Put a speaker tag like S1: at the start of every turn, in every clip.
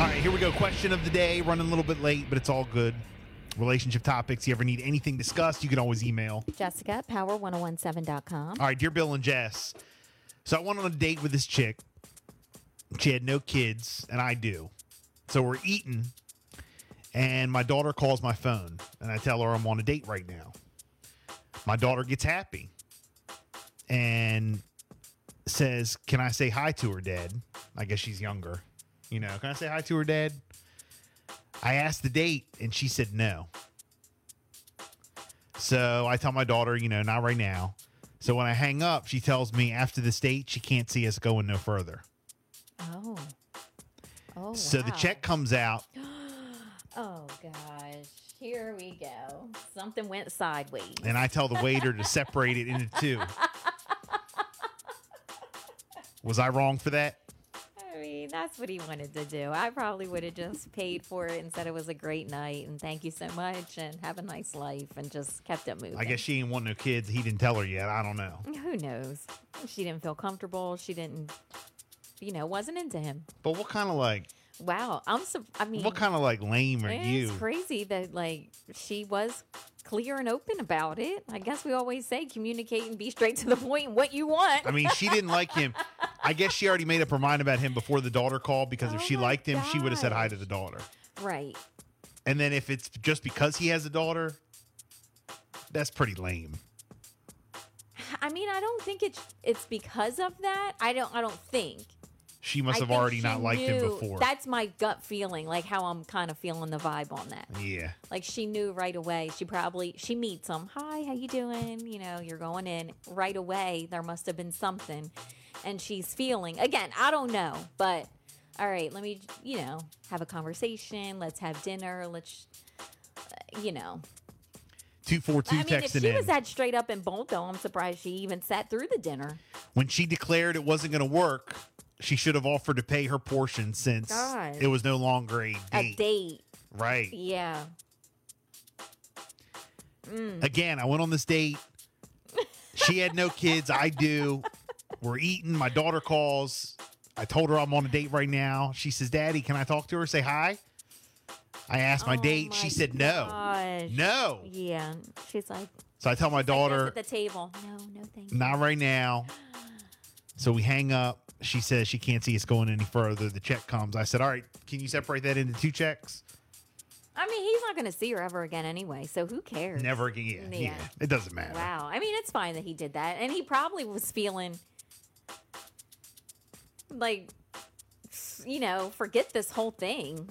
S1: All right, here we go. Question of the day. Running a little bit late, but it's all good. Relationship topics. You ever need anything discussed, you can always email.
S2: Jessica, power1017.com.
S1: All right, dear Bill and Jess. So I went on a date with this chick. She had no kids, and I do. So we're eating, and my daughter calls my phone, and I tell her I'm on a date right now. My daughter gets happy and says, Can I say hi to her dad? I guess she's younger. You know, can I say hi to her dad? I asked the date, and she said no. So I tell my daughter, you know, not right now. So when I hang up, she tells me after this date, she can't see us going no further.
S2: Oh. Oh.
S1: So the
S2: wow.
S1: check comes out.
S2: Oh, gosh. Here we go. Something went sideways.
S1: and I tell the waiter to separate it into two. Was I wrong for that?
S2: I mean, that's what he wanted to do. I probably would have just paid for it and said it was a great night and thank you so much and have a nice life and just kept it moving.
S1: I guess she ain't want no kids. He didn't tell her yet. I don't know.
S2: Who knows? She didn't feel comfortable. She didn't, you know, wasn't into him.
S1: But what kind of like,
S2: Wow. I'm, sur- I mean,
S1: what kind of like lame are
S2: it's
S1: you?
S2: crazy that, like, she was clear and open about it. I guess we always say communicate and be straight to the point and what you want.
S1: I mean, she didn't like him. I guess she already made up her mind about him before the daughter called because if
S2: Oh
S1: she
S2: my
S1: liked him, she would have said hi
S2: gosh.
S1: to the daughter.
S2: right.
S1: And then if it's just because he has a daughter, that's pretty lame.
S2: I mean, I don't think it's it's because of that. I don't I don't think.
S1: She must
S2: I
S1: have
S2: think
S1: already
S2: she
S1: not liked him
S2: knew-
S1: before.
S2: That's my gut feeling, like how I'm kind of feeling the vibe on that.
S1: yeah.
S2: Like she knew right away. She probably she meets him. Hi, how you doing? You know, you're going in right away. There must have been something, and she's feeling again. I don't know, but all right. Let me you know have a conversation. Let's have dinner. Let's uh, you know.
S1: 242
S2: I mean, if
S1: texted
S2: she
S1: in.
S2: was that straight up and bold, though, I'm surprised she even sat through the dinner.
S1: when she declared it wasn't going to work, she should have offered to pay her portion since
S2: God.
S1: it was no longer a date.
S2: A date,
S1: Right.
S2: yeah. Mm.
S1: Again, I went on this date. She had no kids. I do. We're eating. My daughter calls. I told her I'm on a date right now. She says, Daddy, can I talk to her? Say hi. I asked my
S2: Oh
S1: date.
S2: my
S1: she said,
S2: gosh.
S1: No. No.
S2: Yeah, she's like
S1: So I tell my
S2: daughter
S1: daughter,
S2: at the table. No, no, thank you.
S1: Not right now. So we hang up. She says she can't see us going any further. The check comes. I said, All right, can you separate that into two checks?
S2: I mean, he's not going to see her ever again anyway, so who cares?
S1: Never again. Yeah.
S2: Yeah.
S1: It doesn't matter.
S2: Wow. I mean, it's fine that he did that, and he probably was feeling like, you know, forget this whole thing.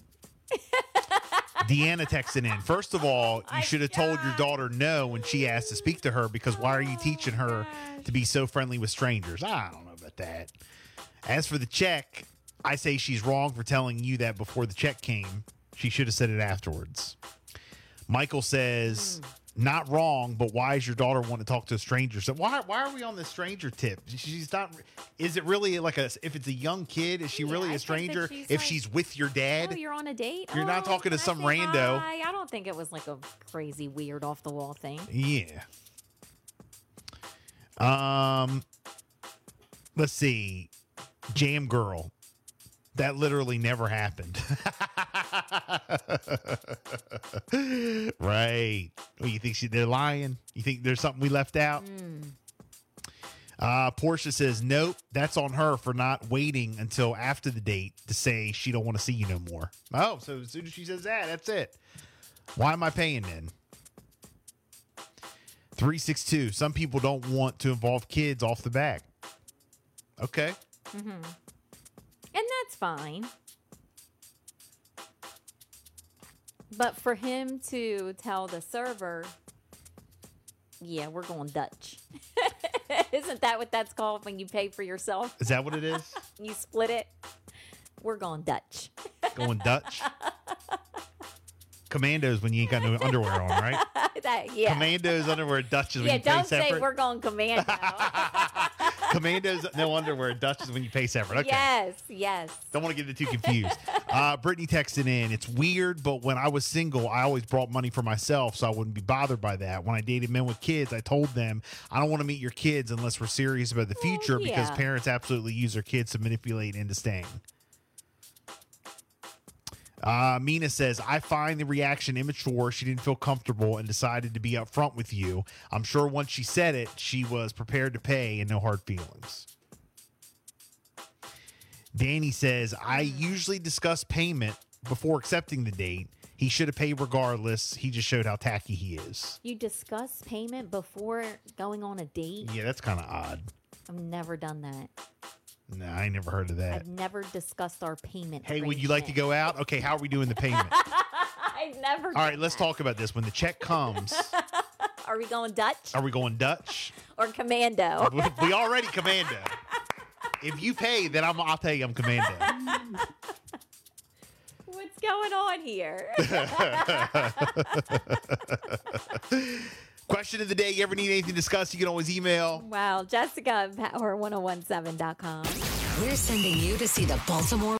S1: Deanna texted in. First of all,
S2: my
S1: you should have told your
S2: God.
S1: daughter no when she asked to speak to her because why are you
S2: Oh,
S1: teaching her to be so friendly with strangers? I don't know about that. As for the check, I say she's wrong for telling you that before the check came. She should have said it afterwards. Michael says,
S2: Hmm.
S1: not wrong, but why is your daughter want to talk to a stranger? So why why are we on the stranger tip? She's not is it really like a if it's a young kid, is she
S2: Yeah, I
S1: really a
S2: think that
S1: stranger?
S2: she's
S1: if
S2: like,
S1: she's with your dad?
S2: Oh, you're on a date.
S1: You're not
S2: Oh,
S1: talking to
S2: can I
S1: some
S2: say
S1: rando.
S2: hi? I don't think it was like a crazy, weird, off the wall thing.
S1: Yeah. Um let's see. Jam girl. That literally never happened. right. Well, you think she, they're lying? You think there's something we left out?
S2: Hmm.
S1: Uh, Portia says, "Nope, that's on her for not waiting until after the date to say she don't want to see you no more." Oh, so as soon as she says that, that's it. Why am I paying then? 362. Some people don't want to involve kids off the back. Okay.
S2: Mm-hmm. And that's fine. But for him to tell the server, yeah, we're going Dutch. Isn't that what that's called when you pay for yourself?
S1: Is that what it is?
S2: You split it? We're going Dutch.
S1: going Dutch. Commandos when you ain't got no underwear on, right?
S2: that, yeah.
S1: Commandos underwear, Dutch is when
S2: yeah,
S1: you pay
S2: don't say
S1: separate.
S2: we're going commando.
S1: Commandos no underwear, Dutch is when you pay separate. Okay.
S2: Yes, yes.
S1: Don't want to get it too confused. Uh, Brittany texted in. It's weird, but when I was single, I always brought money for myself, so I wouldn't be bothered by that. When I dated men with kids, I told them I don't want to meet your kids unless we're serious about the future, because
S2: yeah.
S1: parents absolutely use their kids to manipulate into staying. Uh, Mina says, I find the reaction immature. She didn't feel comfortable and decided to be upfront with you. I'm sure once she said it, she was prepared to pay and no hard feelings. Danny says, I usually discuss payment before accepting the date. He should have paid regardless. He just showed how tacky he is.
S2: You discuss payment before going on a date?
S1: Yeah, that's kind of odd.
S2: I've never done that.
S1: No, I ain't never heard of that.
S2: I've never discussed our payment.
S1: hey, would you like to go out? Okay, how are we doing the payment?
S2: I've never.
S1: All right, let's talk about this. When the check comes,
S2: Are we going Dutch
S1: are we going Dutch?
S2: or commando?
S1: We- we already commando. If you pay, then I'm, I'll tell you I'm commando.
S2: What's going on here?
S1: Question of the day: You ever need anything discussed? You can always email.
S2: oh wow, Jessica at power1017.com.
S3: We're sending you to see the Baltimore